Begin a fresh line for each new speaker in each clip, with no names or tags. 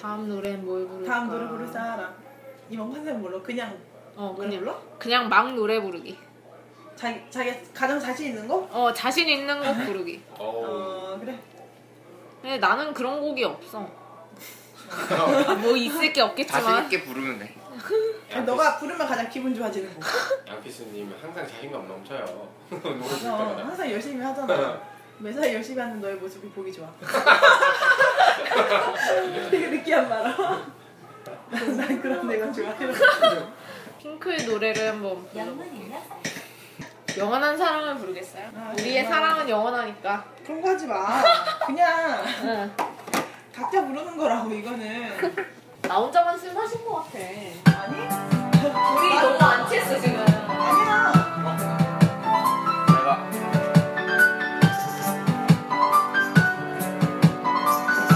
다음 노래 뭘 부를까?
다음 노래 부를 사람 이번 컨셉은 뭘로? 그냥
어
노래
그냥
불러?
그냥 막 노래 부르기.
자기 자기 가장 자신 있는 거?
어 자신 있는 곡 부르기.
어.
어 그래
근데 나는 그런 곡이 없어. 아, 뭐 있을 게
자신
없겠지만.
있게 부르면 돼.
아니, 너가 부르면 가장 기분 좋아지는 거
양피스님 항상 자신감 넘쳐요. 녹음
맞아
때마다.
어, 항상 열심히 하잖아 매사 열심히 하는 너의 모습이 보기 좋아 되게 느끼한 말아 난 그런 내가 좋아해
핑크의 노래를 한번 불러볼게요. 영원한 사랑을 부르겠어요.
아,
우리의
정말.
사랑은 영원하니까.
그런 거 하지 마 그냥
응.
각자 부르는 거라고 이거는
나 혼자만 심하신 것 같아.
아니 우리
너무 안 취했어 지금.
아니야
내가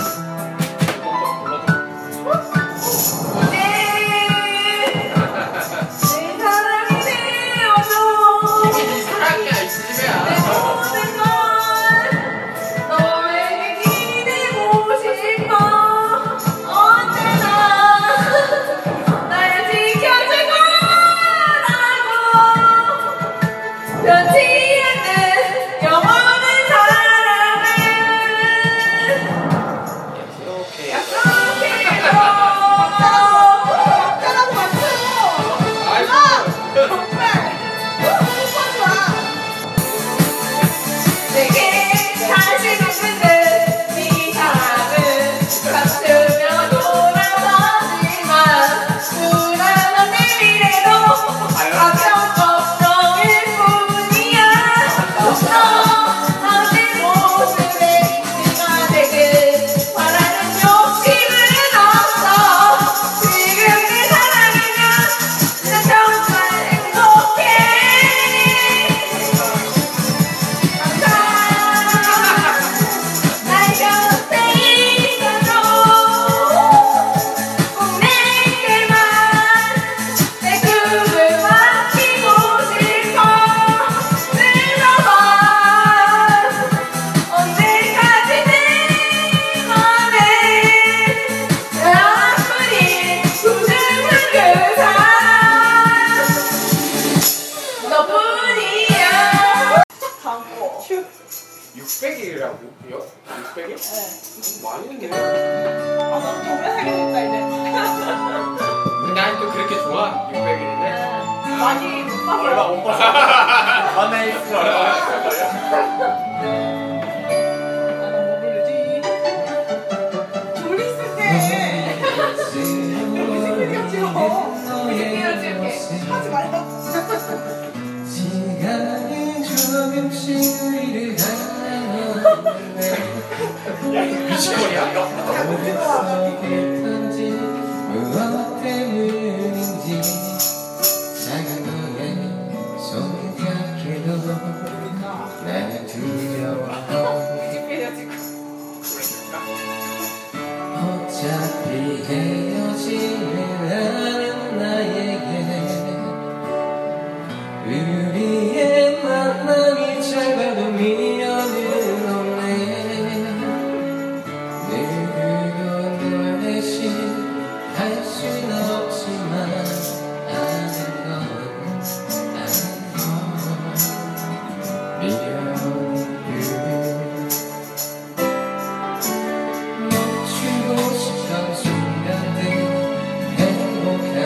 한번 불러줘. 사랑이야 이 집애야.
이렇게
따라고 맞춰
아이고.
내게 다시 눈물들 네 사랑은 감추며 돌아서지만 불안한 내 미래로 가벼운 걱정일 뿐이야 너나 내 모습에 잊지마 내게 바라는 욕심을 얻어 지금 내 사랑이면 난 정말 행복해 날 곁에 있어줘 꼭 내게만 내 꿈을 맡기고 싶어 들어봐 언제까지 내 맘에 나뿐인 소중한 그 사람 너뿐이야
담고 휴
600일이라고요? 600일?
네.
많이 했네.
아 너무 동영상이 됐다 이제
난또 그렇게 좋아. 600일인데.
많이 못
얼마
봐서
못 벌어.
만날 수 없어.
뭐 부르지 졸리을 때
네,
이렇게 생겼지요
띄워줄게.
하지 말라고
시간이 조금씩 우리를 가면
네.
미친거리야 이거.
어땠던지 무엇 때문인지 작은 거에 생각해도 나는 두려워 어차피 헤어지는 않은 나에게 우리의 만남이 짧아도 미련은 없네 늘 그건 널 대신 할 순 없지만 아는 건 아는 건 미련을 멈추고 싶던 순간들 행복했던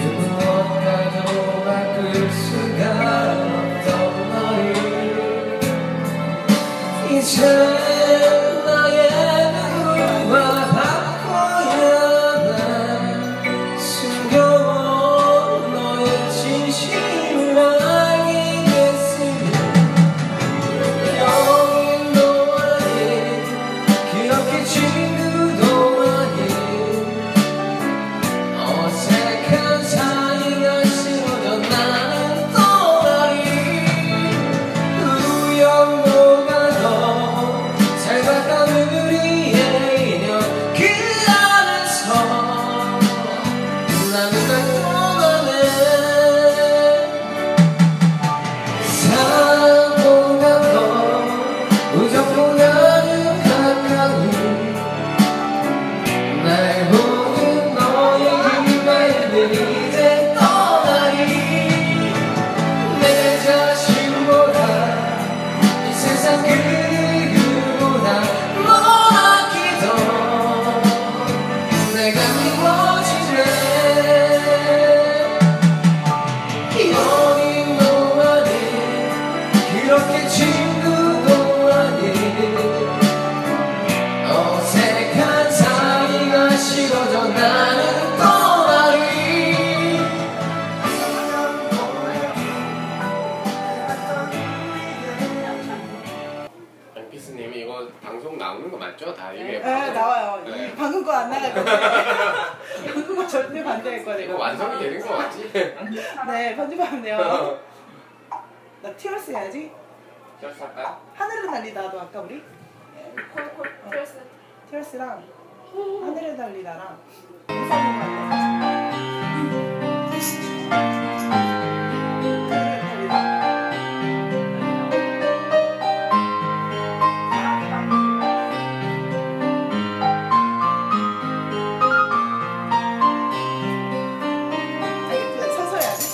그그그 이루어지네 연인도 아닌 그렇게 친구도 아닌 어색한 사이가 싫어져 나는 떠나리
엠피스님이 이거 방송 나오는 거 맞죠? 다 이게
네,
예, 방송-
나와요.
네.
이 방금 거 안 나갈 거예요. 방금 거 절대 반대할 거예요.
이거 완성이 되는 거 맞지?
네, 편집하면 돼요. 나 티얼스 해야지.
시작 할까요?
하늘을 날리다도 아까 우리
콜콜콜스
티얼스랑 하늘을 날리다랑 인사는 안 돼. 하늘을 날리다. 아니, 서서 해야지.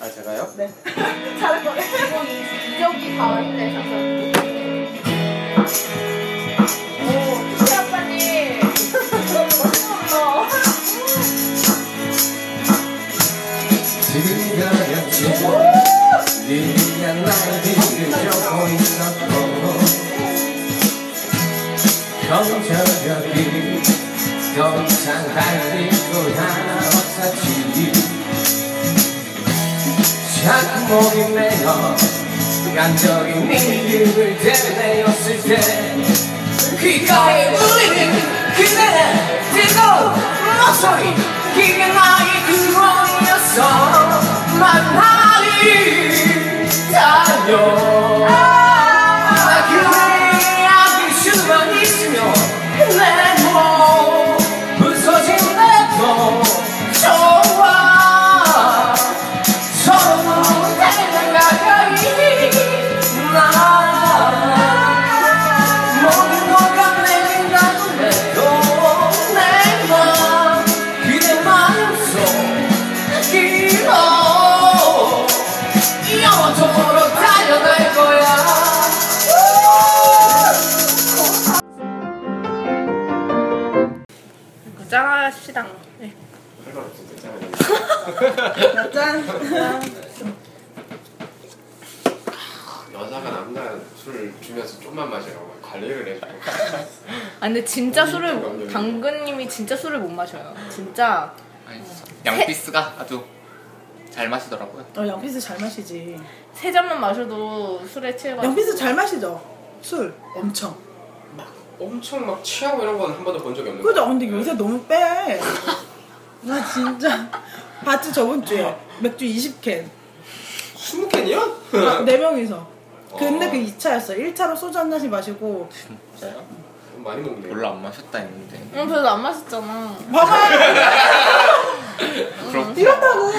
아 제가요?
네. 잘할 거네.
여기 가을인데 잠깐. 오, 우리 아빠님. 멋있어.
지금 가야지 네가 날 잊으려고 있었고 경찰력이 경찰할 일도 하나 없었지 자꾸 목이 메어 간절히 네 이름을 되뇌었을 때
아,
귓가에 울리는 그대의 뜨거운 목소리 기가 나의 구원이었어 만나리 달려 나 그대의 아비수만 있으면 내몸 부서진 내도 좋아 서로 달려가니 나 모든 거가 내린다고 해도 내맘 그대만 없어 길어 영원토록 달려갈 거야
짜시다. 네.
할거 진짜 잘 모르겠어요.
나 짠.
여자가 남자 술 주면서 좀만 마시라고 관리를 해주고
아 근데 진짜 술을 못- 당근님이 진짜 술을 못 마셔요. 진짜
양피스가 아주
잘 마시더라고요.
어, 양피스 잘 마시지.
세 잔만 마셔도 술에 취해가지고
양피스 잘 마시죠? 술 엄청.
엄청 막 취하고 이런 건 한 번도 본 적이 없는 거
그죠? 근데 요새 너무 빼. 나 진짜 봤지 저번 주에 맥주 20캔.
20캔이요?
네 명이서. 근데
어.
그 2차였어. 1차로 소주 한 잔씩 마시고
진짜요?
많이 먹네
몰라 안 마셨다 했는데.
응 별로 안 마셨잖아
봐봐
그럼
이렇다고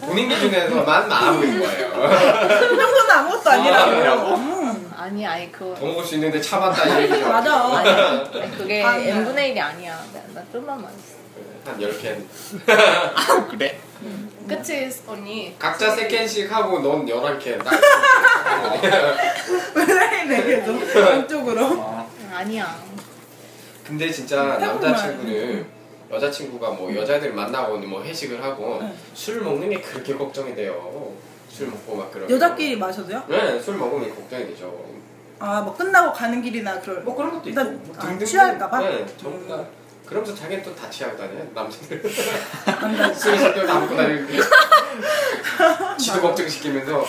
본인 기준에서만 나은 거예요
그 정도는 아무것도
아니라고?
아니라고. 음.
아니 아니 그거
더 먹을 수 있는데 참았다 이 얘기죠
맞아.
아니, 그게
아니야.
n분의 1이 아니야 나, 나 좀만 마셨어
한 10캔
그래?
그치 언니
각자 3캔씩 하고 넌 11캔 나
왜 이래 계속 양쪽으로.
아,
응, 아니야
근데 진짜
음, 태국말. 음.
남자친구는 여자친구가 뭐 여자들 만나고 뭐 회식을 하고
네.
술 먹는 게 그렇게 걱정이 돼요. 술 먹고 막 그런.
여자끼리 마셔도요?
네, 술 먹으면 걱정이 되죠.
아, 뭐 끝나고 가는 길이나 그럴.
뭐 그런 것도 있고.
일단,
뭐
아,
등등등.
취할까봐?
네, 전부 다. 그러면서 자기는 또 다 취하고 다녀요, 남자들. 술이 절대로 안 먹고 다니고. 지도 걱정시키면서.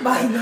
마이너.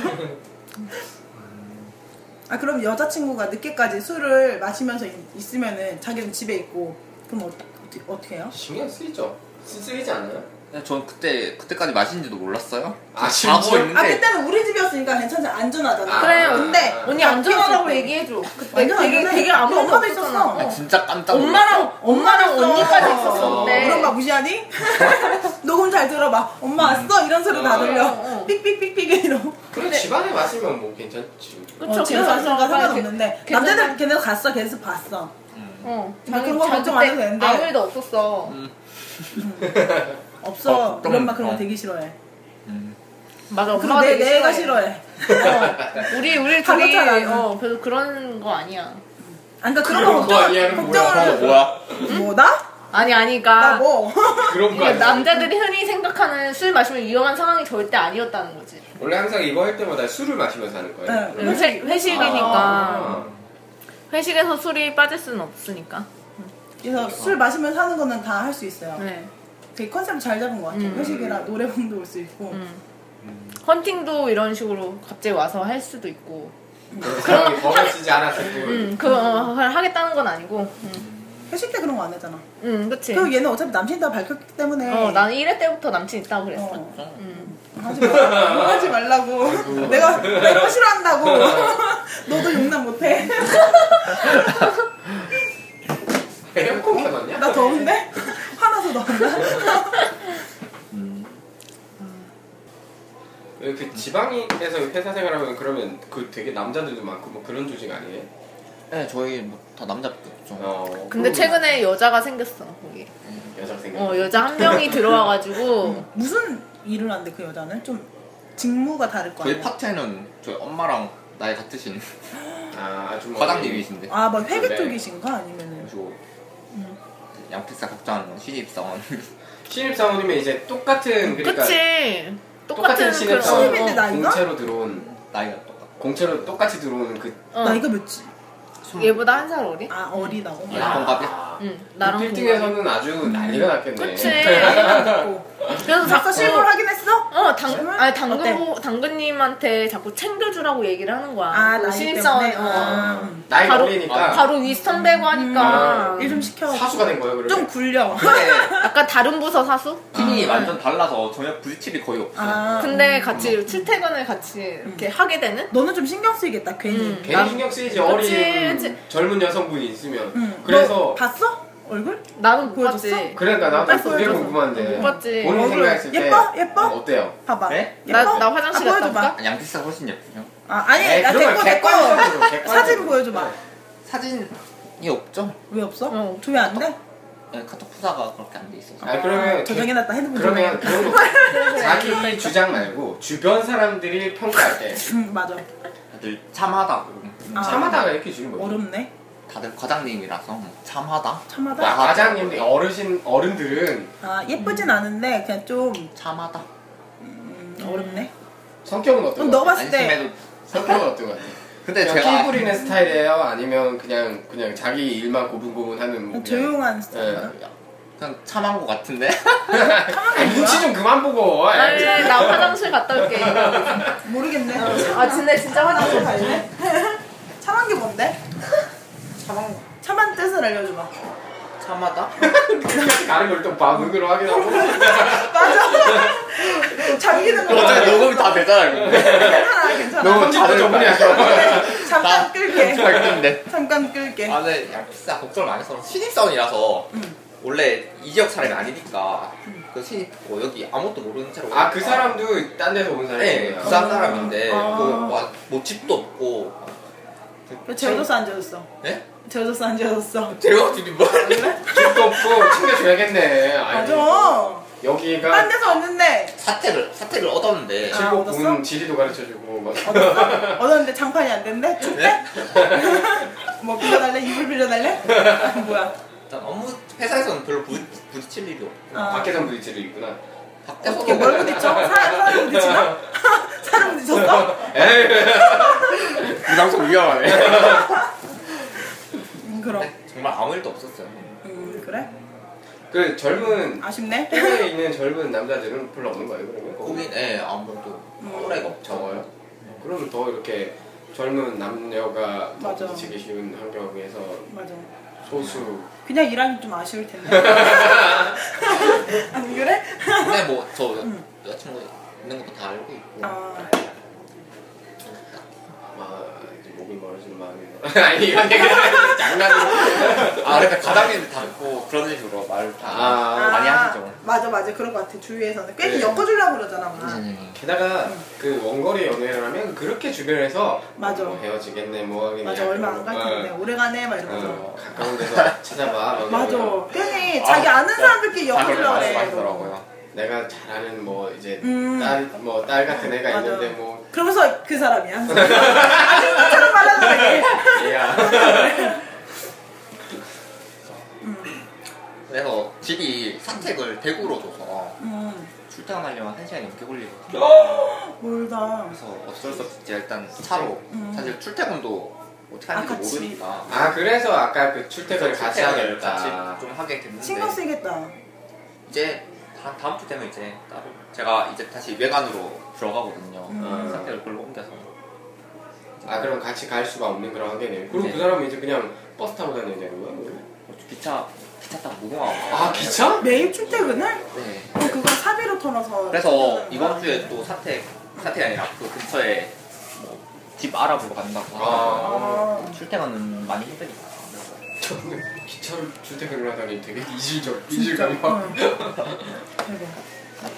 아 그럼 여자친구가 늦게까지 술을 마시면서 있- 있으면은 자기는 집에 있고 그럼 어, 어떻게 어떻게 해요?
신경 쓰이죠? 쓰- 쓰이지 않아요?
근데 전 그때 그때까지 마신지도 몰랐어요.
아,
자고
심지어?
아
있는데
그때는 우리 집이었으니까 괜찮아 안전하잖아.
아,
그래요.
근데
언니 안전하다고
아,
얘기해줘 그때
완전
되게
안전해.
되게 아무
엄마도
엄마도 있었어
있었어.
진짜 깜짝 놀랐어.
엄마랑 엄마랑 언니까지
네.
어. 그런
있었었는데
거 무시하니? 녹음 잘 들어봐. 엄마 왔어 이런 소리 다
어.
어,
들려.
어.
삑삑삑삑 이러고.
그럼
근데-
집안에 마시면 뭐 괜찮지.
그쵸
어, 집에 가는
그래서
가
엄마가
상관없는데
그-
남자들 걔네도 갔어 걔네도 봤어.
어
나 그런
자기-
거
자기
걱정
그때
안 해도 되는데.
아무 일도 없었어
없어.
어, 좀-
우리 엄마 그런 거
어.
되게 싫어해.
맞아
그리고
엄마가
내
되게
내가
싫어해.
싫어해.
어, 우리 우리 둘이
가족 차라리.
어 별로 그런 거 아니야.
아, 그러니까 그런
그런
거
거
걱정을
아니야,
어,
걱정을
뭐야?
뭐 나?
아니 아니까
나 뭐?
그런 거
이게
아니야?
남자들이 흔히 생각하는 술 마시면 위험한 상황이 절대 아니었다는 거지.
원래 항상 이거 할 때마다 술을 마시면서 하는 거예요.
네.
그러면?
회식 회식이니까
아.
회식에서 술이 빠질 수는 없으니까.
그래서 술 마시면서 하는 거는 다 할 수 있어요.
네.
되게 컨셉 잘 잡은 것 같아요.
음.
회식이라 노래방도 올 수 있고.
음. 헌팅도 이런 식으로 갑자기 와서 할 수도 있고.
그런 사람이 버려지지 않았을 뿐.
음 그걸 하겠다는 건 아니고. 음,
회식 때 그런 거 안 하잖아.
음 그렇지.
그리고 얘는 어차피 남친 다 밝혔기 때문에.
어 나는 1회 때부터 남친 있다고 그랬어.
어,
음.
하지, 말라고, 하지 말라고. 내가 내가 싫어한다고. 너도 용납 못해.
에어컨 켜놨냐?
나 더운데? 화나서 더운데?
그 지방에서 회사 생활하면 그러면 그 되게 남자들도 많고 뭐 그런 조직 아니에요?
네 저희 뭐 다 남자였죠.
어,
근데 최근에 여자가 생겼어 거기.
여자 생각.
어 여자 한 명이 들어와가지고
음. 무슨 일을 한대 그 여자는? 좀 직무가 다를 거
저희
아니야.
파트에는 저희 엄마랑 나이 같으신
아 아주머니.
과장님이신데
아, 뭐 회계
네.
쪽이신가 아니면은?
그리고 양피사 걱정하는 신입사원
신입 사원님은 이제 똑같은 그러니까
그치 똑같은
똑같은 신입
그런
사원
신입인데
어,
나이가?
공채로 들어온
나이가 똑같아.
공채로 똑같이 들어오는 그
어.
나이가 몇지?
얘보다 한 살 어리?
아 어리다고.
야. 동갑이야?
응 나랑 동갑이야.
빌딩에서는 아주 난리가 났겠네.
그치
그래서
그래서
작가
자꾸
실물 하긴 했어?
어, 당,
실물?
아니,
어때?
당근, 당근님한테 자꾸 챙겨주라고 얘기를 하는 거야.
아
그
나이
신입사원,
때문에.
어.
아.
나이
바로-
어리니까
바로 위 선배고 하니까. 음.
일 좀 시켜.
사수가 된 거예요. 그러면
음. 좀 굴려.
근데
약간 다른 부서 사수?
팀이 완전 달라서 전혀 부딪힐이 거의 없어.
아,
근데 같이 출퇴근을 같이
음.
이렇게 하게 되는?
너는 좀 신경 쓰이겠다 괜히.
음.
괜히 신경 쓰이지 어린
그치.
젊은 여성분이 있으면.
응. 뭐, 너
그래서
봤어? 얼굴?
나는 못
보여줬어?
봤지.
그러니까 나
빨리
딱 그게
보여줘서.
궁금한데.
못 봤지.
본인
얼굴
생각했을 때
예뻐? 예뻐?
어때요?
봐봐.
네?
예뻐?
나- 나 화장실
아,
갔다
보여줘봐.
올까?
양피사 훨씬 예쁘죠.
아 아니
에이,
나
네, 그런 걸
됐고 됐고.
객관적으로, 객관적으로.
사진 보여줘봐.
사진이 없죠.
왜 없어?
어.
조회 안 돼?
네, 카톡 프사가 그렇게 안 돼 있어서.
아 그러면
저장해놨다 핸드폰.
그러면
저장해.
그런 거 자기 주장 말고 주변 사람들이 평가할 때
음 맞아.
다들 참하다고.
음.
음,
아.
참하다가 이렇게 뭐 주는 거죠.
어렵네.
다들 과장님이라서 음, 참하다.
참하다.
와, 과장님들 어르신 어른들은
아 예쁘진 않은데 그냥 좀
참하다.
음, 어렵네.
성격은 어떤
그럼
거?
너 봤을 때
안심해도.
성격은 어떤 거 같아?
근데
그냥
제가
끼 부리는 스타일이에요? 아니면 그냥 그냥 자기 일만 고분고분하는 뭐 그냥-
조용한
예,
스타일이야.
그냥 참한 거 같은데?
아, 눈치 좀 그만 보고.
아니 나 화장실 갔다 올게 이러고.
모르겠네.
아 근데 진짜
아, 화장실
화장실
갈래? 참한 게 뭔데? 참한 거. 참한 뜻을 알려줘봐.
참하다?
그냥 다른 걸 또 봐. 눈으로 확인하고.
맞아. 잠기는 거.
어차피 녹음이 다 되잖아
네.
근데
괜찮아, 괜찮아.
너무
편집도 전문이야.
잠깐
나-
끌게.
밝던데
잠깐 끌게.
아 근데 야, 진짜 걱정을 많이 했어 신입사원이라서
음.
원래 이 지역 사람이 아니니까 그 신입 뭐 여기 아무것도 모르는 채로
아 그 사람도 딴 데서 온
네
사람이에요.
부산 사람인데
아.
뭐, 와, 뭐 집도 없고
왜 재워줬어, 안 재워줬어?
예?
재워줬어, 안 재워줬어?
제가 지금 뭐
집도 없고 챙겨줘야겠네. 아니,
맞아. 딴
여기가
데서 왔는데
사태를 사태를 얻었는데
아,
칠곡
얻었어?
본 지리도 가르쳐주고 막.
얻었는데 장판이 안 된대? 줄대?
네?
뭐 빌려달래? 이불 빌려달래? 아, 뭐야?
일단 업무 회사에서는 별로 부, 부딪힐 일이 없고
아.
밖에선 부딪히도 있구나.
밖에서
어떻게 뭘 부딪혀? 사, 사람 부딪히나? 사람 부딪혔어?
에이.
이 방송 위험하네
음, 그럼.
정말 아무 일도 없었어요
음, 그래?
그 젊은
아쉽네.
해외에 있는 젊은 남자들은 별로 없는 거예요 그러면? 뭐
거긴 예 아무래도
음.
또래가 없죠
적어요? 그럼 더 이렇게 젊은 남녀가 더
맞아.
부딪히기 쉬운 환경에서
맞아.
소수
그냥 일하기 좀 아쉬울 텐데. 안 그래?
근데 뭐 저 여자친구 있는 것도 다 알고 있고
음. 아,
아 이제 목이 멀어지는 마음이네요 아니 이건 내가 장난으로
아 그러니까 가당님도 다 있고 그런 식으로 말을 다
아
많이 하시죠.
맞아, 맞아. 그런 것 같아. 주위에서는. 괜히
네.
엮어주려고 그러잖아, 막.
선생님이
게다가 그 원거리 연애라면 그렇게 주변에서
맞아.
뭐 헤어지겠네 뭐 하겠네
맞아, 얼마 안 갈
어,
텐데. 오래가네, 막
어,
이러면서.
가까운 데서 찾아봐 막
맞아.
이러면서.
괜히
아,
자기 아, 는
진짜.
사람들끼리
다 그렇게
엮으려고 해.
말씀하시더라고요
내가 잘 아는 뭐 이제
음.
딸 뭐 딸 같은 애가
맞아.
있는데 뭐
그러면서 그 사람이야. 아주 처럼 말하는 거
얘야
그래서 집이 사택을 대구로 줘서
음,
출퇴근하려면 한 시간 넘게 걸리고
어. 멀다.
그래서 어쩔 수 없이 일단 차로
음.
사실 출퇴근도 어떻게 하는지
아, 같이.
모르니까
아 그래서 아까 그 출퇴근을
그래서
같이
출퇴근을
하겠다
같이 좀 하게 됐는데
신경 쓰이겠다.
이제 다, 다음 주 되면 이제 따로 제가 이제 다시 외관으로 들어가거든요
음.
사택을 걸로 옮겨서 뭐
아 그럼 같이 갈 수가 없는 그런 관계네요. 그리고
네.
그 사람은 이제 그냥 버스 타고 다니는 거야?
기차 기차 타고 무궁화호
아 기차?
매일 출퇴근을? 어,
네.
그럼 그걸 사비로 털어서.
그래서
출퇴근하는
이번
거야?
주에 또 사택 사택 아니라 그 근처에 뭐집 알아보러 간다고
아.
하고
아,
출퇴근은 많이 힘드니까
저는 기차를 출퇴근을 하다니 되게 이질적
진짜.
이질감이 막.
응. 대박.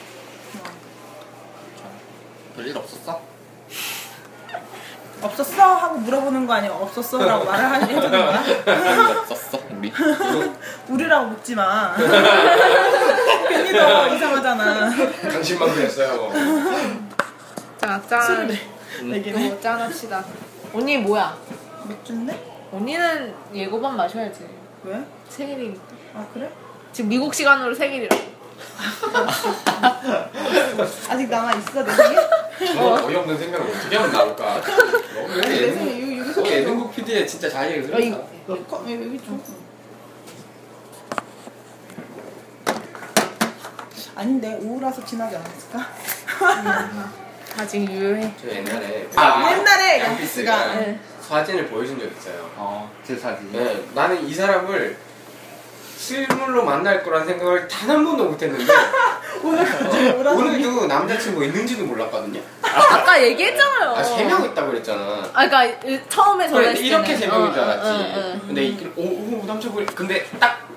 별일 없었어?
없었어? 하고 물어보는 거 아니야? 없었어? 라고 말을 하니 해주는 거야?
별일 없었어 우리
우리라고 묻지 마. 괜히 더 이상하잖아.
음. 당신만 그랬어요. 뭐.
자짠
내기네.
짠합시다 언니 뭐야
맥주인데?
언니는 예고반 마셔야지
왜?
생일이
아, 그래?
지금 미국 시간으로 생일이라고
아직 남아있어, 내 생일?
저런 어이없는 생각을 어떻게 하면 나올까? 너무
내
예능
생일 유-
속
유기소
예능국 PD의 진짜 자리에
아, 이거.
흐른다.
거- 여- 여기 좀. 아닌데 우울해서 지나지 않았을까?
아직 유효해
저 옛날에
아,
옛날에
양피스가
양피스가
네.
네.
사진을 보여준 적 있어요.
어 제사지
네, 나는 이 사람을 실물로 만날 거란 생각을 단 한 번도 못했는데
오늘 갑자기 우울한
오늘도 남자친구 있는지도 몰랐거든요.
어, 아까 얘기했잖아요
어.
아 세 명 있다고 그랬잖아.
아 그러니까 으, 처음에
그래,
전화했을
이렇게
때는.
세 명인 줄
어, 어,
알았지.
어, 어, 어.
근데 이- 그, 오, 오 남자분 근데 딱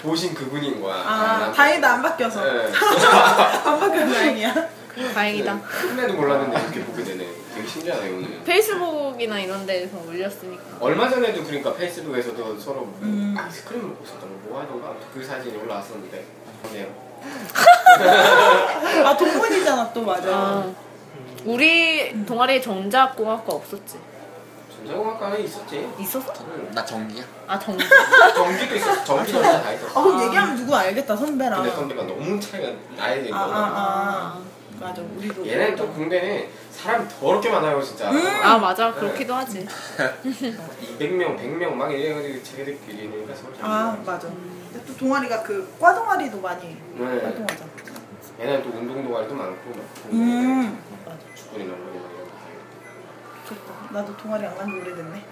보신 그분인 거야.
아
난-
다행이다 안 바뀌어서
예.
안 바뀌어서 다행이야
다행이다
꿈에도 몰랐는데 이렇게 보게 되네. 되게 신기하네요 오늘.
페이스북이나 이런 데에서 올렸으니까
얼마 전에도 그러니까 페이스북에서도 서로 뭐
음.
아이스크림 먹고 있었던 거 하던가 그 사진이 올라왔었는데. 그러네요.
아 동문이잖아 또 맞아
아, 우리 동아리에 전자공학과 없었지
전자공학과는 있었지.
있었어?
나 정기야
아 정자
전기도 있었어. 전기도 다
아
있었어.
그럼 얘기하면 누구 알겠다 선배랑
근데 선배가 너무 차이가 나야 되는
아,
거야.
아, 아. 맞아 우리도
얘네 또 공대는 사람 더럽게 많아요 진짜.
아 맞아 그렇기도 하지
200명, 100명 막 이래가지고 자기들끼리 있는 서울 잘
아
몰라요.
맞아 근데 또 동아리가 그 과 동아리도 많이
네.
활동하잖아
얘네는 또 운동 동아리도 많고 막
음
축구나 뭐 이런 거.
좋다 나도 동아리 안 간지 오래됐네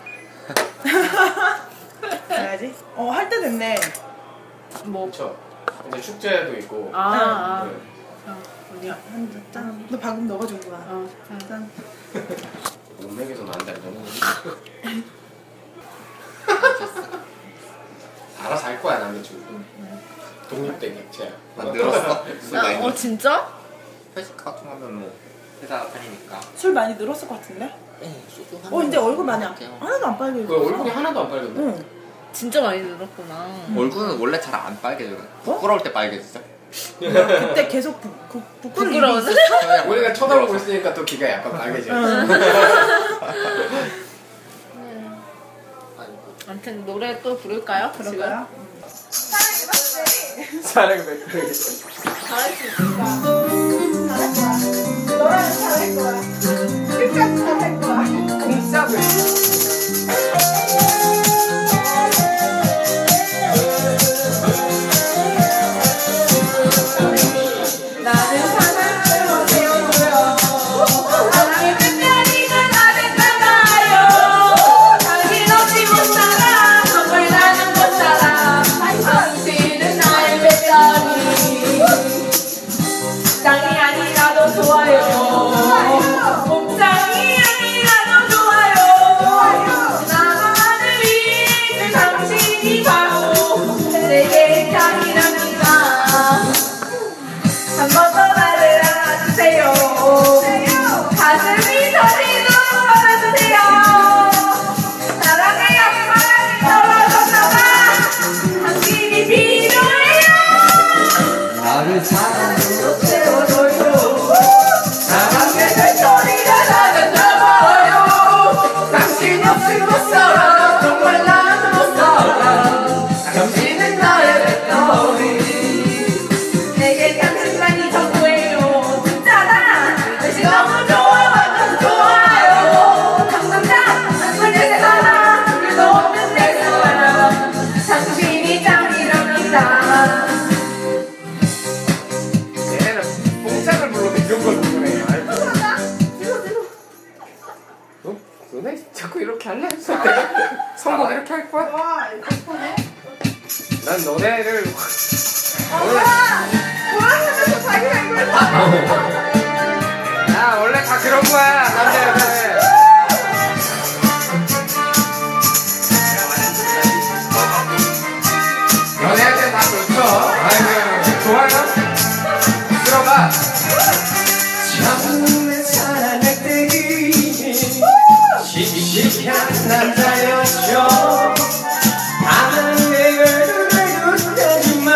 가야지 어 할 때 됐네
뭐
그렇죠. 이제 축제도 있고.
아, 아,
네.
어디야?
한잔너 방금 넣어준구나
어, 아.
짠
몸맥에서 난다 이런 거. 알아서 할 거야
음,
남자친구. 독립된 객체야.
만들었어.
아, 어, 진짜?
회식 같은 거 하면 뭐 회사 다니니까.
술 많이 늘었을 것 같은데?
네, 소주 한
어 이제
잔
얼굴 많이 안
먹을게요.
하나도 안 빨개져
그 얼굴이 하나도 안 빨개져.
응
진짜 많이 늘었구나.
얼굴은 원래 잘 안 빨개져요. 부끄러울 때 빨개지죠.
그때 계속 부, 부, 부끄러운 일이
부끄러운.
있었어.
우리가 쳐다보고 있으니까 또 귀가 약간 빨개져.
아무튼 노래 또 부를까요?
그런가요?
사랑 백팩.
내게 짱이랍니다. 한 번 더 나를 알아주세요. 가슴이 터지도록 받아주세요. 사랑해요, 사랑이 떨어졌나봐. 당신이 필요해요.
나를 사랑해
채워줘요. 사랑의 배터리가 나갔나봐요. 당신 없이 못 살아. 정말 나는 못 살아. 당신은 나의 배터리. 내게 당신만이 전부예요. 진짜다. 당신 너무 좋아. 완전 좋아요. 감사합니다. 당신은 내 사랑. 그래도 없는 내 사랑. 당신이 짱이랍니다.
얘네는 뽕짝을 불러도 이런 걸 부르네. 아이고. 너, 너네 자꾸 이렇게 할래? 성공 이렇게 할 거야? 난 너네를 나 아, 원래 다 그런 거야 남자 여자는. 연애할 때다 좋죠. 아이고 좋아요. 들어봐.
처음에 사랑할 때 지지한 남자였죠 바람에 걸음을 눕혀주마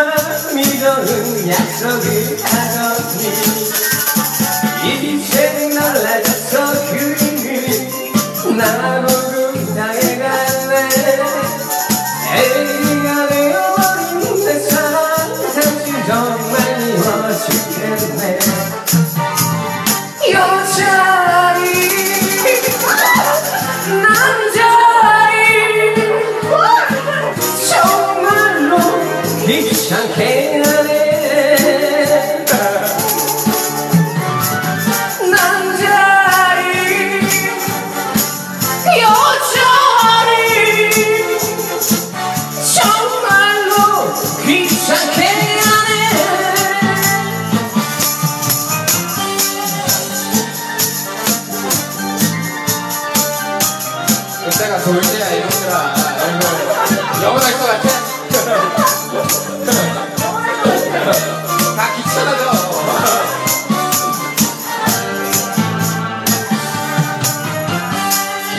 믿어는 약속을 하더니 이제 놀라졌어 그림이 나보고 당해갈래 애가 되어버린 내 사랑 당신 정말 미워 죽겠네
여자리 남자리
정말로 귀찮게 하네
남자리 여자리 정말로
귀찮게 하네
그때가 돌 때야 이놈들아. 아이고 영원할 것 같아. 다 귀찮아져.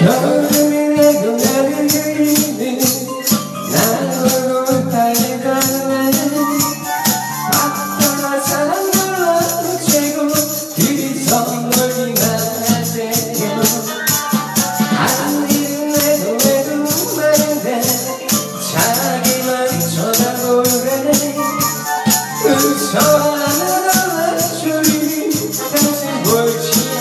여름이 내고 나를 그리는 나로 달려가네 아빠가 사랑으로 최고 둘이서 놀기만 하세요 아니는 내도 내도 말인데 자기만 쳐다보래 웃어 안아줄 당신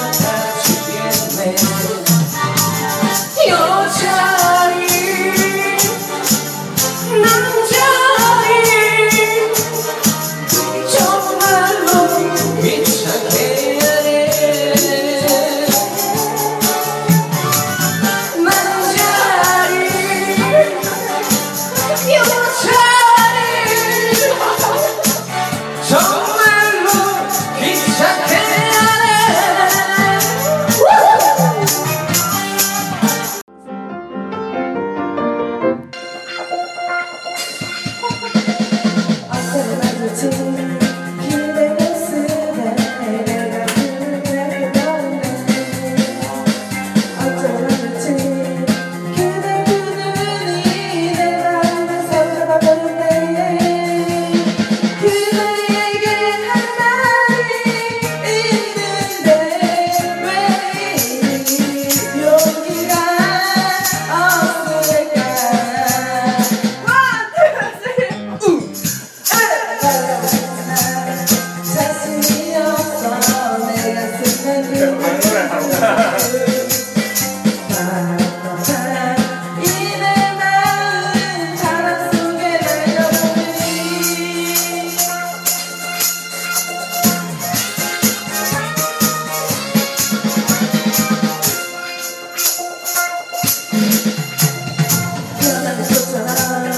그러다 쫓아나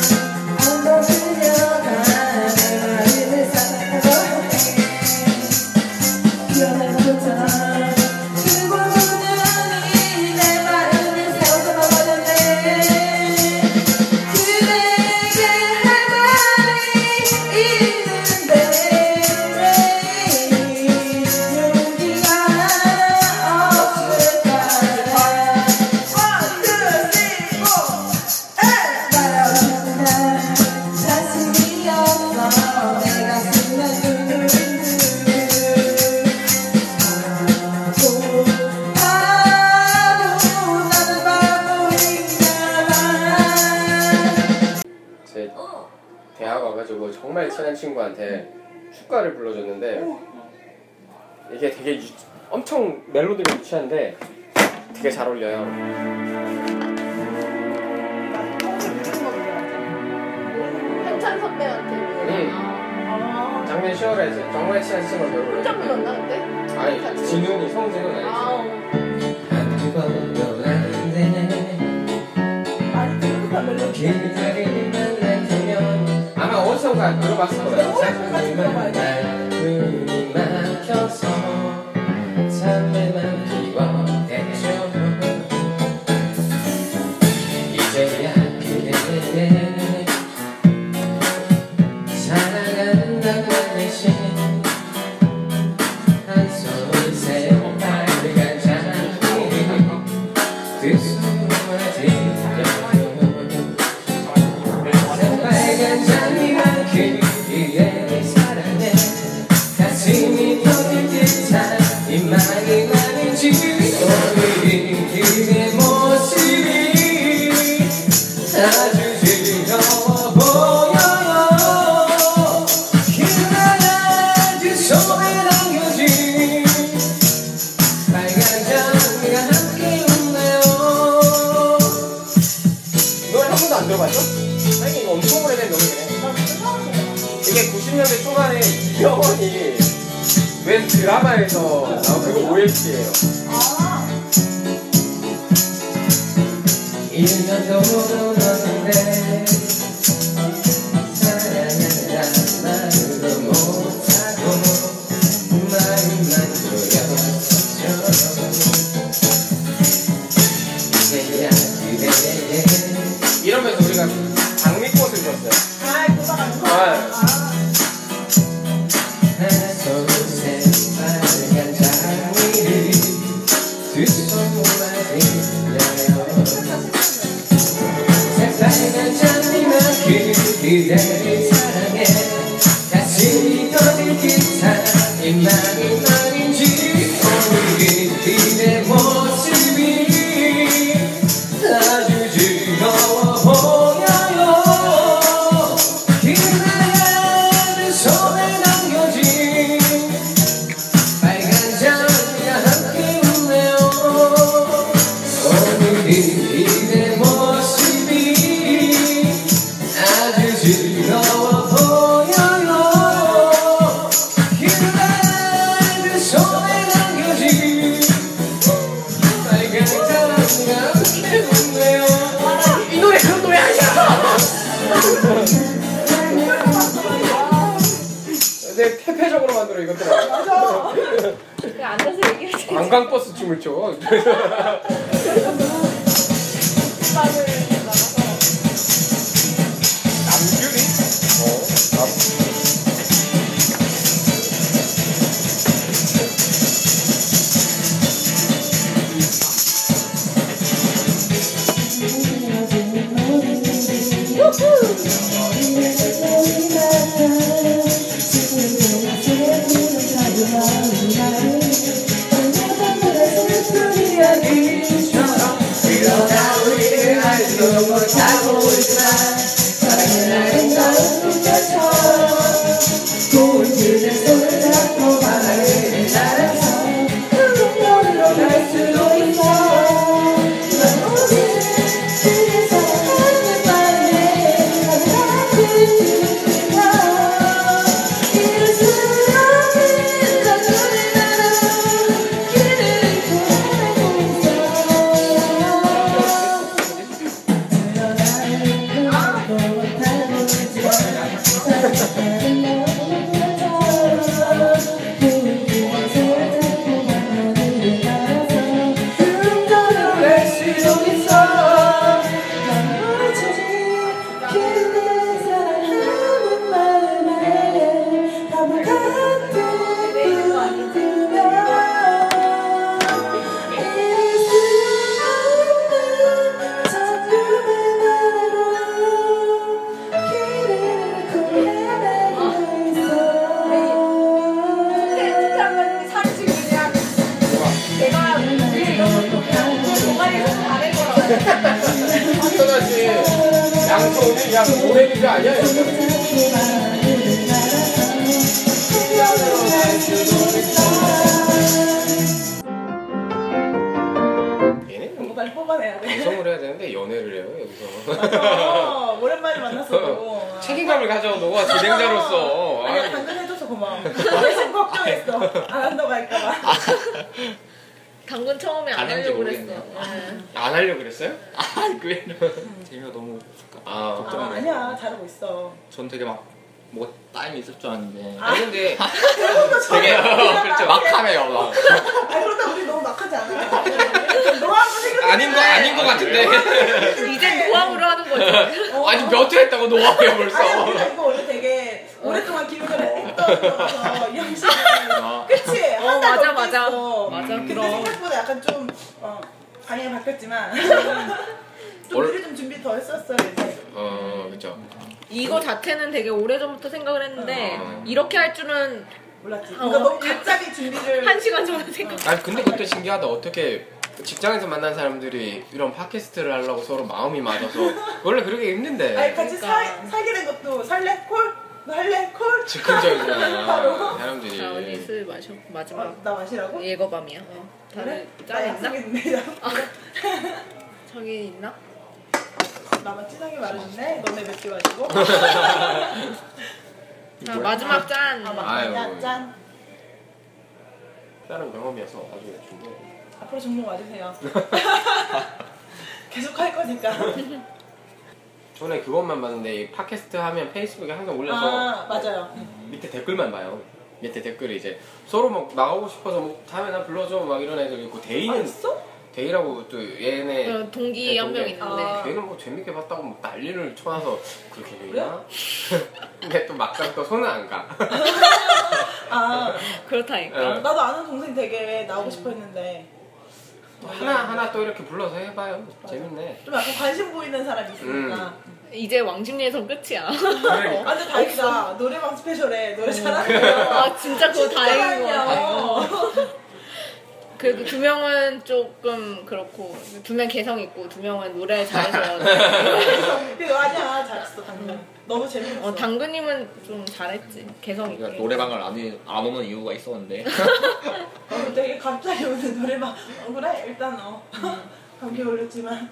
한번 들려가 나를 사랑하고 그러다 쫓아나 그곳 우연히 내 마음을 세워서 버렸네 그대에게 할 말이 있는데 용기가 없을까 자신이 없어 내가 쓰면 눈물도 바보 나는 바보인가봐
제 대학 와가지고 정말 친한 친구한테 축가를 불러줬는데 이게 되게 유- 엄청 멜로디가 유치한데 되게 잘 어울려요.
현찬 선배한테
응. 작년 10월에 제 정말 친한 친구가 결혼을
혼자
했는데
불렀나 그때?
아니 진훈이 성진은 아니지.
아
어.
한두 번도 안돼
아,
길거리만 날뛰면
아마 어디선가 들어봤을 거예요.
잠깐만 날 눈이 막혀서 참외만 피워대죠 이제야 그대에게 사랑한다고 대신 한 손을 세워 발을 가자니 두 손으로 들려요 빨간 장미만큼 그의 사랑에 가슴이 터질 듯한 이 많이 많은 지오는 그의 모습이 아주 즐거워 보여요 그날 아주 손에 남겨진 빨간 장미가 함께 웃네요
이걸 한 번도 안 들어봤죠? 아니 이거 엄청 오래된 노래네. 이게 90년대 초반에 이병헌이 웬 드라마에서 나온 그거 OST예요.
일년도 넘었는데 사랑한다는 말도 못하고 마음만 졸였었죠 이제야 그대에게
이러면서 우리가 장미꽃을 줬어요. 아,
하소세 빨간 장미를 두 손만 들려요 새빨간 장미만큼 그대를 사랑해 가슴이 떠들 듯한 이만이 말인지 오늘은 그대 모습이 아주 즐거워 보여요 그대는 손에 남겨진 빨간 장미가 함께 웃네요 오늘은 이내 모습이 아주 즐거워 보여요 그날그 손에 남겨진 빨간 장미가 함께 웃네요
이 노래 그런 노래 아니야.
근데 태폐적으로 만들어 이것도. 맞아.
그냥 앉아서 얘기하자
관광버스 춤을 춰.
오빠를 나가서
남규리? 어, 남규리.
있어 난 멀쳐지 그대 사랑하는 마음에 아무것도 궁금해 잊을 수 없는 자꾸만 바라로 길을 잃고 헤매고 있어
당연하지. 양초는 약 500ml 아니야? 얘네는
빨리 뽑아내야 돼.
방송을 해야 되는데 연애를 해요 여기서
어, 오랜만에 만났어.
책임감을 가져 너가 진행자로서
아니
아이,
당근 해줘서 고마워. 계속 걱정했어. 안 한다고
아.
할까봐.
당근 처음에 안
안 한지
하려고 그랬어.
모르겠네요.
네.
안 하려고 그랬어요?
아, 그 재미가 너무
아
아, 아니야 잘하고 있어.
전 되게 막뭐 따임이 있을 줄 알았는데
아니 근데
되게 그렇죠. 막 하네요 막
아 그러다 우리 너무 막하지 않아? 너하고 생각.
아닌 거 아닌 거 같은데
네.
이제 노하우로 하는 거지.
아니 몇회 했다고 노하고요
아니 우리가
벌써
이거 원래 되게 오랫동안 기획을 했던 거라서 양식. 그치?
어,
한달
맞아,
넘게
맞아.
했어.
맞아,
근데
그럼.
생각보다 약간 좀 어, 방향이 바뀌었지만 좀
얼-
미리 좀 준비 더 했었어요 이제.
어 그쵸
이거 자체는 되게 오래전부터 생각을 했는데
어.
이렇게 할 줄은
몰랐지.
어.
그러니까 너무 갑자기 준비를.
한 시간 전에 생각.
아니 근데 그것도 신기하다 어떻게 직장에서 만난 사람들이 이런 팟캐스트를 하려고 서로 마음이 맞아서 원래 그러기
아니
힘든데
같이
그러니까.
살 살게 된 것도 살래 콜? 너 할래 콜?
즉흥적이잖아
자 언니
사람들이
술 마셔
어,
마지막
나 마시라고?
예거밤이야. 어.
그래?
다들
나
짠 있나?
약속했는데
저기 있나?
나만 진하게 말해줬네 너네 몇개 마시고
자 마지막 짠.
아
아유.
맞다 짠
다른 경험이어서 아주 좋은데
앞으로 종종 와주세요 계속 할 거니까
전에 그것만 봤는데 이 팟캐스트 하면 페이스북에 항상 올려서
아 맞아요
밑에 댓글만 봐요 밑에 댓글이 이제 서로 막 나가고 싶어서 뭐 다음에 나 불러줘 막 이런 애들 있고 데이는
아, 있어?
데이라고 또 얘네
어, 동기
네,
한 명
동기.
있는데
아.
걔는 뭐 재밌게 봤다고 뭐 난리를 쳐놔서 그렇게 얘기나? 근데 또 막상 또 손은 안 가.
아
그렇다니까.
어.
나도 아는 동생 되게 나오고 싶어 했는데
하나 하나 또 이렇게 불러서 해봐요. 재밌네.
좀 약간 관심 보이는 사람이 있으니까
음.
이제 왕십리에선 끝이야.
어, 아 근데 다행이다 노래방 스페셜에
음.
노래 잘하네요
아 진짜 그거 다행인 거 같아. 그래도 두 명은 조금 그렇고 두 명 개성 있고 두 명은 노래 잘해서
그거 아니야 잘했어 당근 너무 재밌었어
어, 당근님은 좀 잘했지 개성 있게.
우리가 노래방을 안, 이- 안 오는 이유가 있었는데
어, 되게 갑자기 오는 노래방 어, 그래 일단 어
음.
감기 걸렸지만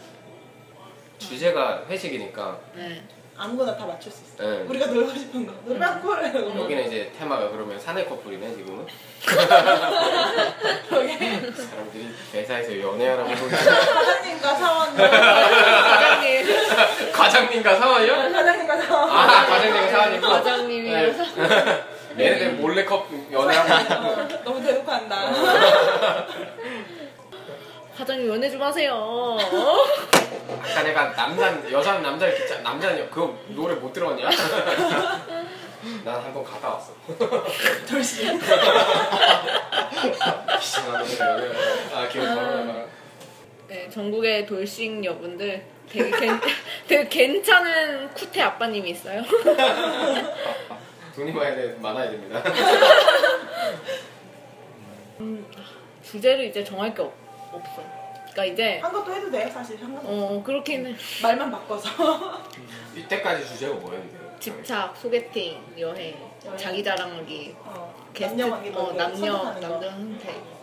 주제가 회식이니까
네.
아무거나 다 맞출 수 있어
네.
우리가 놀고 싶은 거
음.
노래방 콜
여기는 이제 테마가 그러면 사내 커플이네 지금은.
여기
사람들이 회사에서 연애하라고 소리.
사장님과 사원
과장님
과장님과 사원이요?
사장님과
아
사원
과장님과 사원이고.
과장님이
네. 얘네들 몰래 컵 연애하고.
어, 너무 대놓고 한다
과장님 연애 좀 하세요. 어?
아까 내가 남자 여자 남자 이렇게 짜- 남자는 그거 노래 못 들었냐? 난 한 번 갔다 왔어.
돌씨
이상한 노래 연애하고. 아 기억 나.
네, 전국의 돌싱 여분들 되게, 괜, 되게 괜찮은 쿠테 아빠님이 있어요.
돈이 많아야, 돼, 많아야 됩니다.
주제를 이제 정할 게 없, 없어. 그러니까 이제
한 것도 해도 돼 사실 한 것도
어 그렇게는
말만 바꿔서
이때까지 주제가 뭐였는데요?
집착, 소개팅, 여행, 자기 자랑하기,
어,
게스트,
남녀 관계
어, 남녀,
선택하는 거.
남자 선택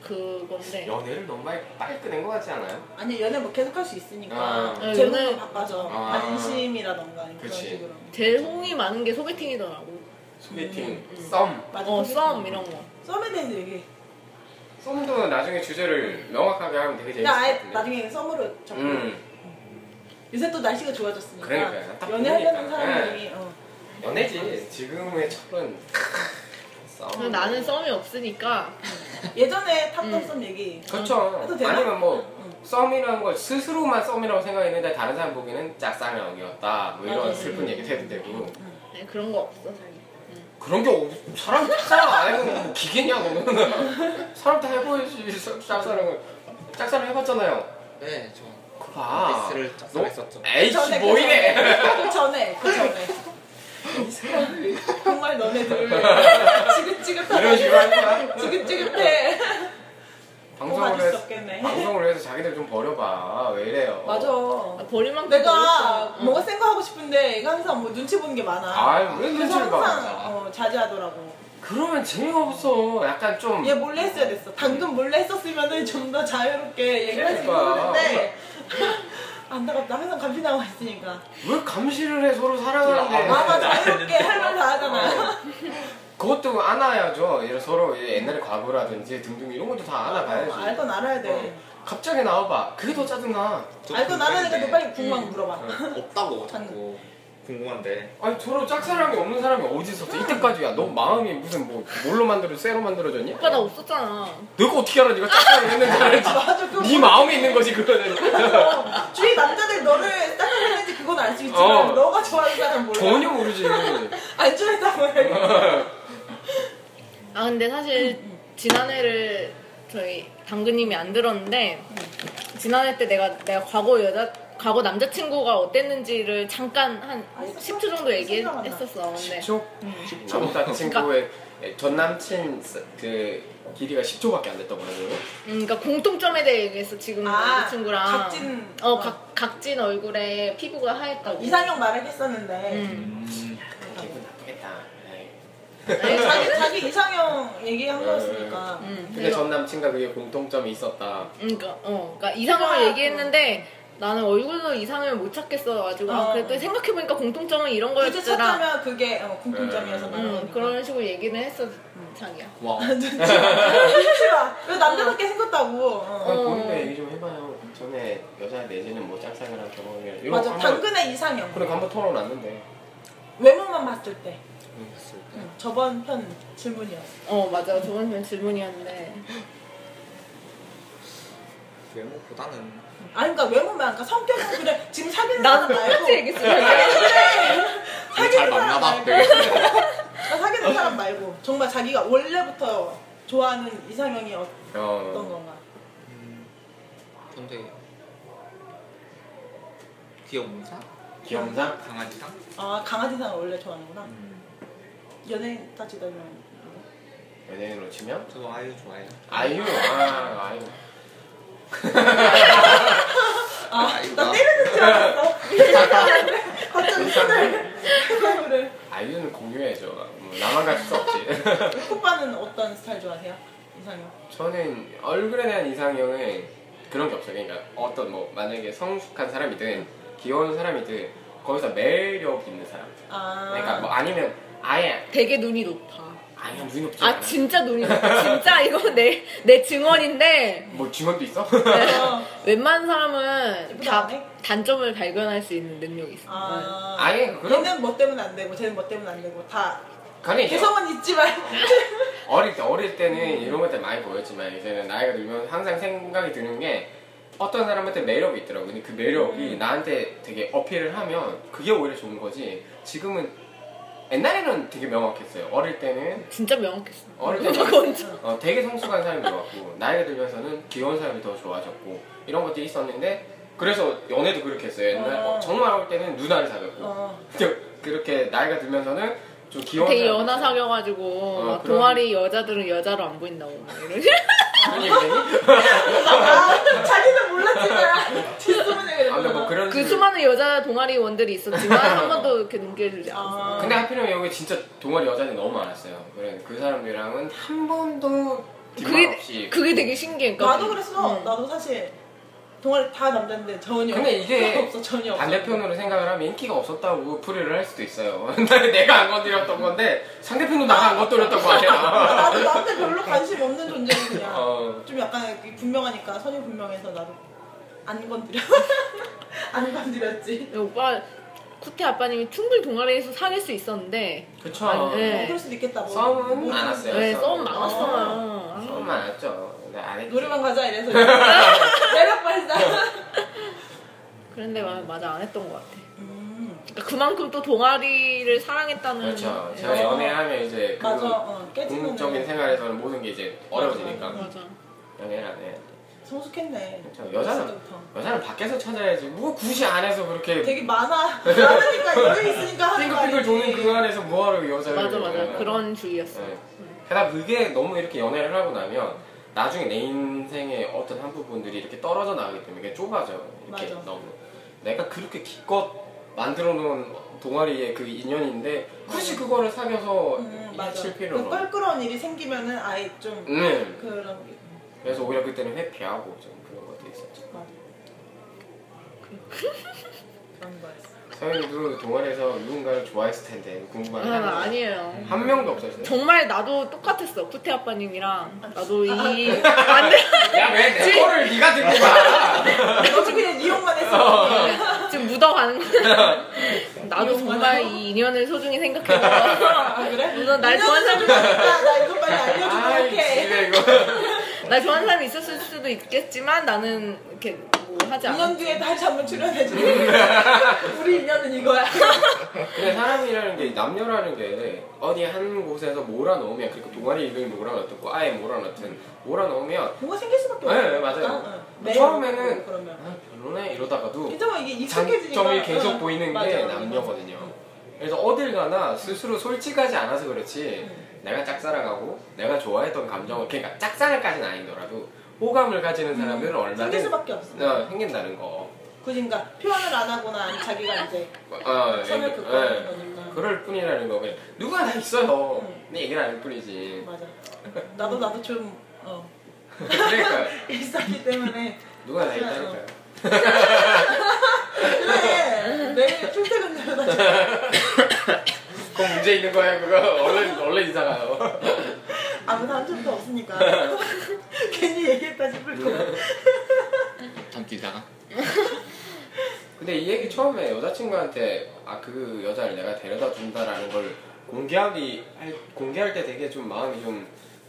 그건데
연애를 너무 많이 빨리 낸것 같지 않아요?
아니 연애 뭐 계속 할 수 있으니까
아.
네,
제목도
연애-
바꿔줘
아.
관심이라던가 그런
그치.
식으로
제일 호응이 많은 게 소개팅이더라고.
소개팅, 썸.
맞아
어, 썸 이런 거.
썸에 대해서 얘기해
썸도 나중에 주제를 명확하게 하면 되게 재밌을
그냥
것
아예
같은데.
나중에 썸으로 적고
네, 음,
요새 또 날씨가 좋아졌으니까
그러니까요. 딱
연애하려는
보니까. 네.
사람들이 어.
연애지. 지금의 철은
그래서
썸.
나는 썸이 없으니까 음.
예전에 탔던 썸 얘기
그쵸.
해도 되나?
그렇죠. 아니면 뭐 썸이라는 걸 스스로만 썸이라고 생각했는데 다른 사람 보기에는 짝사랑이었다 뭐 이런
맞아요.
슬픈 얘기도 해도 되고
아니, 네, 그런 거 없어 자기.
그런 게 어디- 사람 짝사랑 안 해보면 기계냐 너는 사람 다 해보지 짝사랑을 짝사랑 해봤잖아요
네, 저
그봐
디스를 짝사랑했었죠.
에이씨 뭐 이래
네, 그 전에 그 전에 그 정말 너네들
이런 식으로 하는 거야
지긋지긋해 뭐
방송을
수
해서
없겠네
방송을 해서 자기들 좀 버려봐 왜 이래요
맞아
아, 버릴만큼
내가
버렸어.
뭔가 센 거 하고 싶은데 얘가 항상 뭐 눈치 보는 게 많아
아왜
그래서
눈치를 봐
항상 어, 자제하더라고
그러면 재미가 없어 약간 좀
얘 몰래 했어야 됐어 방금 몰래 했었으면은 좀 더 자유롭게 얘기를 할수
그러니까.
있는데 안타깝다 항상 감시 나와 있으니까
왜 감시를 해 서로 사랑하는데
마마 자유롭게 할 말 다 하잖아
어. 그것도 안아야죠 이런 서로 옛날에 과거라든지 등등 이런 것도 다 알아봐야지
알건 알아야
어.
돼
갑자기 나와봐 그게 더 짜증나
저
알건 알아야 돼
궁금한데.
빨리 궁금한 거 물어봐
없다고 자꾸 궁금한데
아니 저런 짝사랑이 없는 사람이 어디 있었어 이때까지야 너 마음이 무슨 뭐 뭘로 만들어 쇠로 만들어졌니?
오빠 나 없었잖아.
너가 어떻게 알아 네가 짝사랑을 했는지 알지
맞아 그거
네 마음에 있는 거지 그거는
어, 주위 남자들 너를 따라했는지 그건 알 수 있지만
어.
너가 좋아하는 사람 몰라
전혀 모르지
안 좋아하는 사람 몰라
아 근데 사실 지난해를 저희 당근님이 안 들었는데 지난해 때 내가 내가 과거 여자 과거 남자친구가 어땠는지를 잠깐 한
아, 있었어?
10초 정도
생각 안 나.
얘기했었어. 근데
10초?
네.
남자친구의
그러니까.
예, 전 남친 그 길이가 10초밖에 안 됐다고 그러더라고
음, 그러니까 공통점에 대해 얘기했어 지금
아,
남자친구랑
각진.
어 각, 각진 얼굴에 피부가 하얗다고
이상형 말하겠었는데
음.
기분 나쁘겠다 네. 에이.
아니,
네, 자기, 자기 이상형 얘기한 거였으니까
음,
근데
그래서-
전 남친과 그게 공통점이 있었다.
그러니까 어, 그러니까
아.
이상형을 얘기했는데 나는 얼굴로 이상형을 못 찾겠어가지고 아,
어.
그래도 생각해보니까 공통점은 이런
굳이
거였더라.
찾자면 그게 어, 공통점이어서 그런
음,
거니까.
그런 식으로 얘기는 했어 자기야.
고마워.
눈치 봐. 왜
음.
남자답게 생겼다고. 어.
아, 본인도 얘기 좀 해봐요. 전에 여자 내지는 뭐 짝사랑이랑 결혼을 이런 거
맞아.
한번
당근의 이상형.
그래 한번 털어놨는데
외모만 봤을 때.
음.
응, 저번 편 질문이었어.
어 맞아 저번 편 질문이었는데
외모보다는
아니 그러니까 외모만 그러니까 성격은 그래. 지금 사귀는
나도
사람
똑같이
말고.
얘기했어 자기야.
잘
사귀는 사람
만나봐.
말고.
되게.
그러니까 사귀는 사람 말고. 정말 자기가 원래부터 좋아하는 이상형이 어떤
어,
건가.
근데 귀여운 사?
기억나?
강아지상?
아 강아지 사람 원래 좋아하는구나.
음,
연예인 따지다면.
연예인으로 치면
저 아이유 좋아해요.
아이유 아 아이유
아,
아이고.
나 때리는 줄 알았어. 갑자기 손을 그래.
아이유는 공유해줘. 뭐, 나만 갈 수 없지.
오빠는 어떤 스타일 좋아하세요? 이상형.
저는 얼굴에 대한 이상형은 그런 게 없어요. 그러니까 어떤 뭐 만약에 성숙한 사람이든 귀여운 사람이든 거기서 매력 있는 사람.
아.
그러니까 뭐 아니면 아예
되게 눈이 높아
아예 눈이 없지.
아
않아.
진짜 눈이 높아 진짜 이거 내 내 증언인데
뭐 증언도 있어?
네.
웬만한 사람은 다
예쁘다, 네?
단점을 발견할 수 있는 능력이 있어
아.
아예 그런
얘는 뭐 때문에 안 되고, 쟤는 뭐 때문에 안 되고, 다.
간에
개성은 있지만.
어릴 때 어릴 때는 이런 것들 많이 보였지만 이제는 나이가 들면 항상 생각이 드는 게 어떤 사람한테 매력이 있더라고. 근데 그
음.
매력이 나한테 되게 어필을 하면 그게 오히려 좋은 거지. 지금은 옛날에는 되게 명확했어요. 어릴 때는
네. 진짜 명확했어
어릴
그건
때는
좀-
어, 되게 성숙한 사람이 좋았고 나이가 들면서는 귀여운 사람이 더 좋아졌고 이런 것들이 있었는데 그래서 연애도 그렇게 했어요. 옛날
어.
어, 정말 어릴 때는 누나를 사귀었고
어.
근데 그렇게 나이가 들면서는 좀 귀여운
되게
사람이
연하 사겨가지고 막
그런-
동아리 여자들은 여자로 안 보인다고 막 이런
그런 얘기 되니?
아, 자기는 몰랐지만. 뒷소문에
아, 근데
그랬구나.
뭐 그런
그
식으로-
수많은 여자 동아리 원들이 있었지만 한 번도 이렇게 눈길을 주지 않았어
아.
근데 하필이면 여기 진짜 동아리 여자들이 너무 많았어요. 그래 그 사람들이랑은 한 번도 뒷말
그게
없이.
그게 되게 신기해 그러니까
나도 그랬어. 나도 사실. 동아리 다 남자인데 전혀
음. 근데 이게
없어 전혀 없어
반대편으로 생각을 하면 인기가 없었다고 풀이를 할 수도 있어요. 근데 내가 안 건드렸던 건데 상대편도 나가 안 건드렸던 거 아니야.
나도 나한테 별로 관심 없는 존재는 그냥
어.
좀 약간 분명하니까 선이 분명해서 나도 안 건드려 안 건드렸지
네, 오빠 쿠테 아빠님이 충분히 동아리에서 사귈 수 있었는데
그쵸.
아니, 네.
어, 그럴 수도 있겠다 뭐
싸움은 많았어요.
왜 썸
어,
많았어요.
썸 많았죠. 안 했지.
노래방 가자 이래서 매력 발산.
네.
그런데 마- 맞아 안 했던 것 같아.
음,
그러니까 그만큼 또 동아리를 사랑했다는.
그렇죠.
예.
제가 연애하면 이제 그
네. 맞아, 어, 깨지는
공적인
거네.
생활에서는 모든 게 이제 어려워지니까
맞아.
연애를 안 해.
성숙했네.
그렇죠. 여자는
그때부터.
여자는 밖에서 찾아야지. 뭐 굳이 안에서 그렇게
되게 많아. 많으니까 여유 있으니까 하는 거
핑글핑글
아니지.
도는 그 안에서 뭐하러 여자를
맞아 맞아
그러냐.
그런 주의였어.
네. 게다가 그게 너무 이렇게 연애를 하고 나면 나중에 내 인생의 어떤 한 부분들이 이렇게 떨어져 나가기 때문에 이게 좁아져요. 이렇게
맞아.
너무. 내가 그렇게 기껏 만들어 놓은 동아리의 그 인연인데 굳이 그거를 사귀어서
음, 맞아.
해칠 필요는
그
없
껄끄러운 일이 생기면은 아예 좀
음.
그런 게
그래서 오히려 그때는 회피하고 좀 그런 것도 있었죠.
맞아. 그런 거였어.
서현이도 동아리에서 누군가를 좋아했을 텐데 궁금하긴
아,
하는데
아니에요.
한 명도 없었어요.
정말 나도 똑같았어 구태 아빠님이랑 나도 이 만들
야왜내 거를 네가 듣고 봐.
너도 그냥 이용만 했어.
지금 묻어가는 거야. 나도 정말 이 인연을 소중히 생각해서
아 그래?
물론 날 좋아하는 사람이
나, 나 이거 빨리 알려주도록
아이
해.
집에 이거.
나 좋아하는 사람이 있었을 수도 있겠지만 나는 이렇게 뭐 하지
2년
않았.
뒤에 다시 한번 출연해 줄게. 우리 인연은 이거야.
근데 사람이라는 게 남녀라는 게 어디 한 곳에서 몰아넣으면 그리고 동아리 이름이 몰아넣고 아예 몰아넣든 몰아넣으면
뭐가 생길 수밖에 없어.
네, 네, 맞아요. 처음에는-
그러면
아 별로네 이러다가도
괜찮아 이게 익숙해지니까
장점이 계속
응.
보이는
맞아,
게
맞아.
남녀거든요. 그래서 어딜 가나 스스로 솔직하지 않아서 그렇지
음.
내가 짝사랑하고 내가 좋아했던 감정을 그러니까 짝사랑까지는 아니더라도 호감을 가지는 사람들은
음. 생길
얼마든
수밖에 없어.
어, 생긴다는 거.
굳이 그러니까 표현을 안 하거나 아니 자기가 이제
어,
선을
예,
긋고 하는
예.
거니까.
그럴 뿐이라는 거 그냥 누구나 다 있어요.
음.
내 얘기를 안할 뿐이지.
맞아. 나도 나도 좀 어,
그러니까
일상이기 때문에
누가 나
그렇죠.
있다니까요.
그래 내일 출퇴근 내려다 줘.
그거 문제 있는 거예요 그거 얼른 얼른 이사 가요.
아무 단점도 없으니까 괜히 얘기했다 싶을 거.
잠기 이사가. 근데 이 얘기 처음에 여자친구한테 아 그 여자를 내가 데려다 준다라는 걸 공개하기 할, 공개할 때 되게 좀 마음이 좀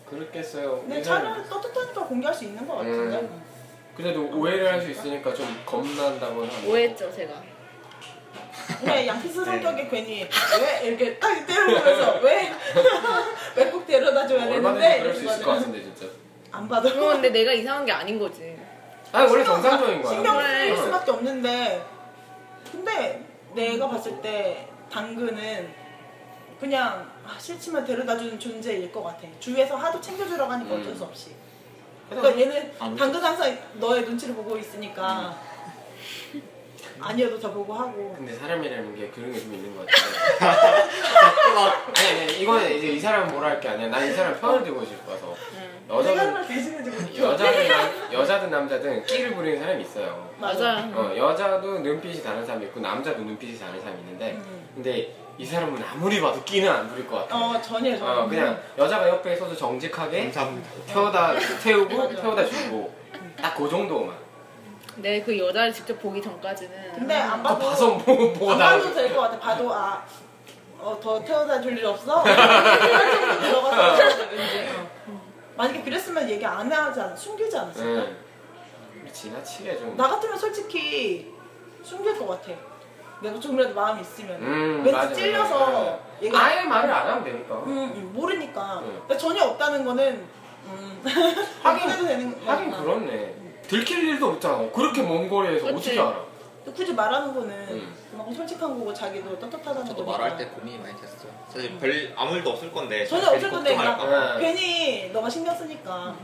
그렇겠어요.
근데 네, 차라리 떳떳하니까 공개할 수 있는 거 같은데.
음. 그래도 오해를 할 수 있으니까 좀 겁난다고 하는.
오해했죠 제가.
그냥 네,
네.
양키스 성격에 괜히 왜 이렇게 딱 때려보면서 왜 외국 데려다 줘야
뭐 얼마든지
되는데
그럴 수
이런
있을 것
거는
같은데 진짜.
안 받아.
그거 어, 근데 내가 이상한 게 아닌 거지.
아니 원래 정상적인 거야. 어. 네.
신경 쓸
그래.
수밖에 없는데 근데 내가 봤을 때 당근은 그냥 아, 싫지만 데려다주는 존재일 것 같아 주위에서 하도 챙겨주라고 하니까 어쩔
음.
수 없이
그래서
그러니까 얘는 당근 항상 너의 눈치를 보고 있으니까
음.
아니어도 다 보고 하고
근데 사람이라는 게 그런 게 좀 있는 것 같아요. 아니, 아니, 이거는 이제 이 사람 뭐라 할 게 아니야. 난 이 사람 편을 들고 싶어서.
음.
여자든,
생각을 대신해주고
여자든, 남- 여자든 남자든 끼를 부리는 사람이 있어요.
맞아요.
어, 여자도 눈빛이 다른 사람이 있고, 남자도 눈빛이 다른 사람이 있는데,
음.
근데 이 사람은 아무리 봐도 끼는 안 부릴 것 같아요.
어 전혀 전혀
어, 그냥 여자가 옆에 있어도 정직하게 태우다, 태우고, 태우다 주고,
음.
딱 그 정도만.
내 그 여자를 직접 보기 전까지는.
근데 안
아,
봐도
봐서 뭐, 뭐가
안
나.
봐도 될 것 같아 봐도 아 어, 더 태워다 줄 일 없어? 이런 식으로 들어가서 이제 어. 만약에 그랬으면 얘기 안 하지 않 숨기지 않았을까?
응. 지나치게 좀.
나 같으면 솔직히 숨길 것 같아. 내가 조금이라도 마음이 있으면
음,
왠지
맞아,
찔려서
맞아.
얘가
아예 말을 안 하면 되니까.
음, 음, 모르니까
음.
근데 전혀 없다는 거는 음,
하긴-
확인해도 되는 거니까.
하긴 그렇네. 들킬 일도 없잖아. 그렇게 먼 거리에서
그치.
어떻게 알아?
근데 굳이 말하는 거는
음.
그만큼 솔직한 거고 자기도 떳떳하다는
저도
거니까.
그러니까.
말할 때 고민이 많이 됐어요. 사실 별 아무 일도 음. 없을 건데 네.
전혀
괜히
없을 건데
걱정할까 봐.
그냥.
괜히 너가 신경
음.
쓰니까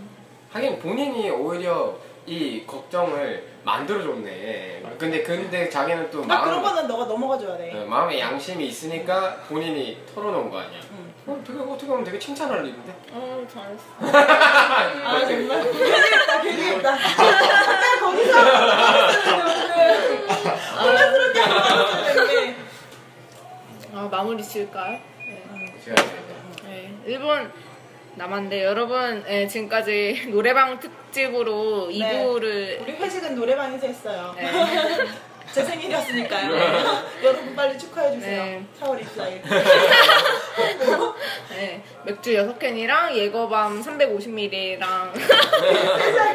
하긴 본인이 오히려 이 걱정을 만들어줬네. 근데 근데 자기는 또
나 아, 그런
마음
거는 너가 넘어가줘야 돼.
아, 네, 마음에 양심이 있으니까 본인이 털어놓은 거 아니야.
음.
그럼 되게 어떻게 보면 되게 칭찬할 일인데.
어 잘했어.
아 정말 괜히 했다 괜히 했다 맨날 거기서 혼란스럽게 하는 거
아 마무리 지을까요? 네.
제가 이제
네, 일본 남한데 여러분 네, 지금까지 노래방 특집으로
네.
2부를
우리 회식은 노래방에서 했어요
네.
제 생일이었으니까요 여러분 빨리 축하해주세요
네.
4월 24일
네, 맥주 6캔이랑 예거밤 350ml랑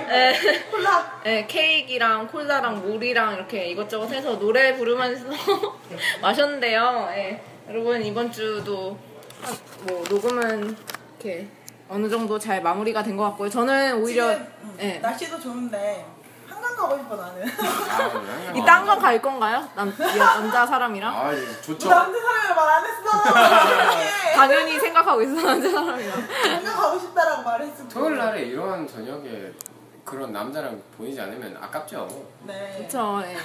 네. 콜라
네, 케이크랑 콜라랑 물이랑 이렇게 이것저것 해서 노래 부르면서 마셨는데요. 예, 여러분 이번 주도 한- 뭐 녹음은 이렇게 어느 정도 잘 마무리가 된 것 같고요. 저는 오히려
지금 음,
예.
날씨도 좋은데 한강 가고 싶어 나는
아,
이 딴 거 갈 건가요? 남 여- 남자 사람이랑
아 예, 좋죠.
남자 사람이 말안 했어
당연히 생각하고 있어 남자 사람이랑.
한강 가고 싶다라고 말했어
토요일 날에 이런 저녁에 그런 남자랑 보이지 않으면 아깝죠.
네
그쵸. 예.
네.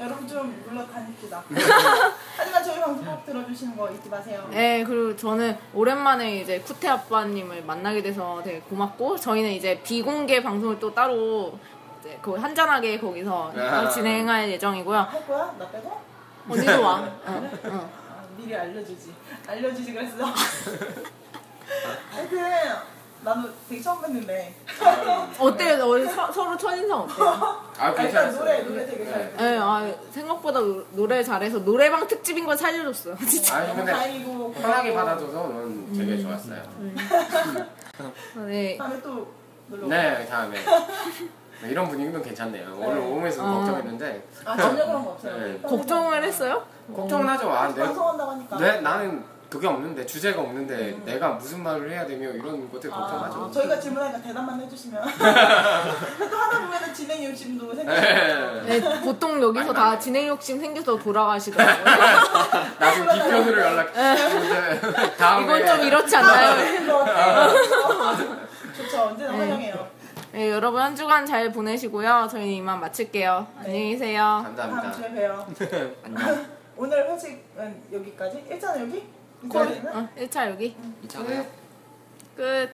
여러분 좀 물러다닙시다 하지만 저희 방송 꼭 들어주시는 거 잊지 마세요
네.
예, 그리고 저는 오랜만에 이제 쿠테 아빠님을 만나게 돼서 되게 고맙고 저희는 이제 비공개 방송을 또 따로 이제 그 한잔하게 거기서
아.
진행할 예정이고요.
할 거야? 나 빼고?
언니도 와. 어, 응, 응.
아, 미리 알려주지. 알려주지 그랬어. 하여튼 나도 되게 처음 뵀는데
어때요? 너 서, 서로 첫인상 어때요?
아
아, 일단 노래
괜찮았어요. 네.
노래 되게 잘.
예, 아, 생각보다 노- 노래 잘해서 노래방 특집인 걸 살려줬어요. 진짜.
아
너무
근데
다행이고
편하게
고맙고.
받아줘서 저는
음.
되게 좋았어요.
네.
다음에 또 놀러. 네.
네 다음에 네, 이런 분위기면 괜찮네요. 오늘 오후에서
어.
걱정했는데
아 전혀 그런 거 없어요.
네.
일단
걱정을 했어요?
걱정은 하죠. 아, 내,
방송한다고 하니까.
내 나는 그게 없는데 주제가 없는데
음.
내가 무슨 말을 해야 되며 이런 것들
아,
걱정하죠.
저희가 질문하니까 대답만 해주시면 또 하다 보면은 진행 욕심도 생기고
네.
네, 보통 여기서 다 진행 욕심 생겨서 돌아가시더라고요.
나중에 뒤편으로 연락. 네. 아, 다음에
이건 좀
아,
이렇지 않나요?
그거 어때요? 아, 네. 좋죠 언제나
네.
환영해요
네, 여러분 한 주간 잘 보내시고요. 저희 이만 마칠게요. 네, 안녕히 계세요.
다음
감사합니다. 네.
주에 봬요 오늘 회식은 여기까지? 일단 여기?
어, 1차 여기
이차가요?
끝.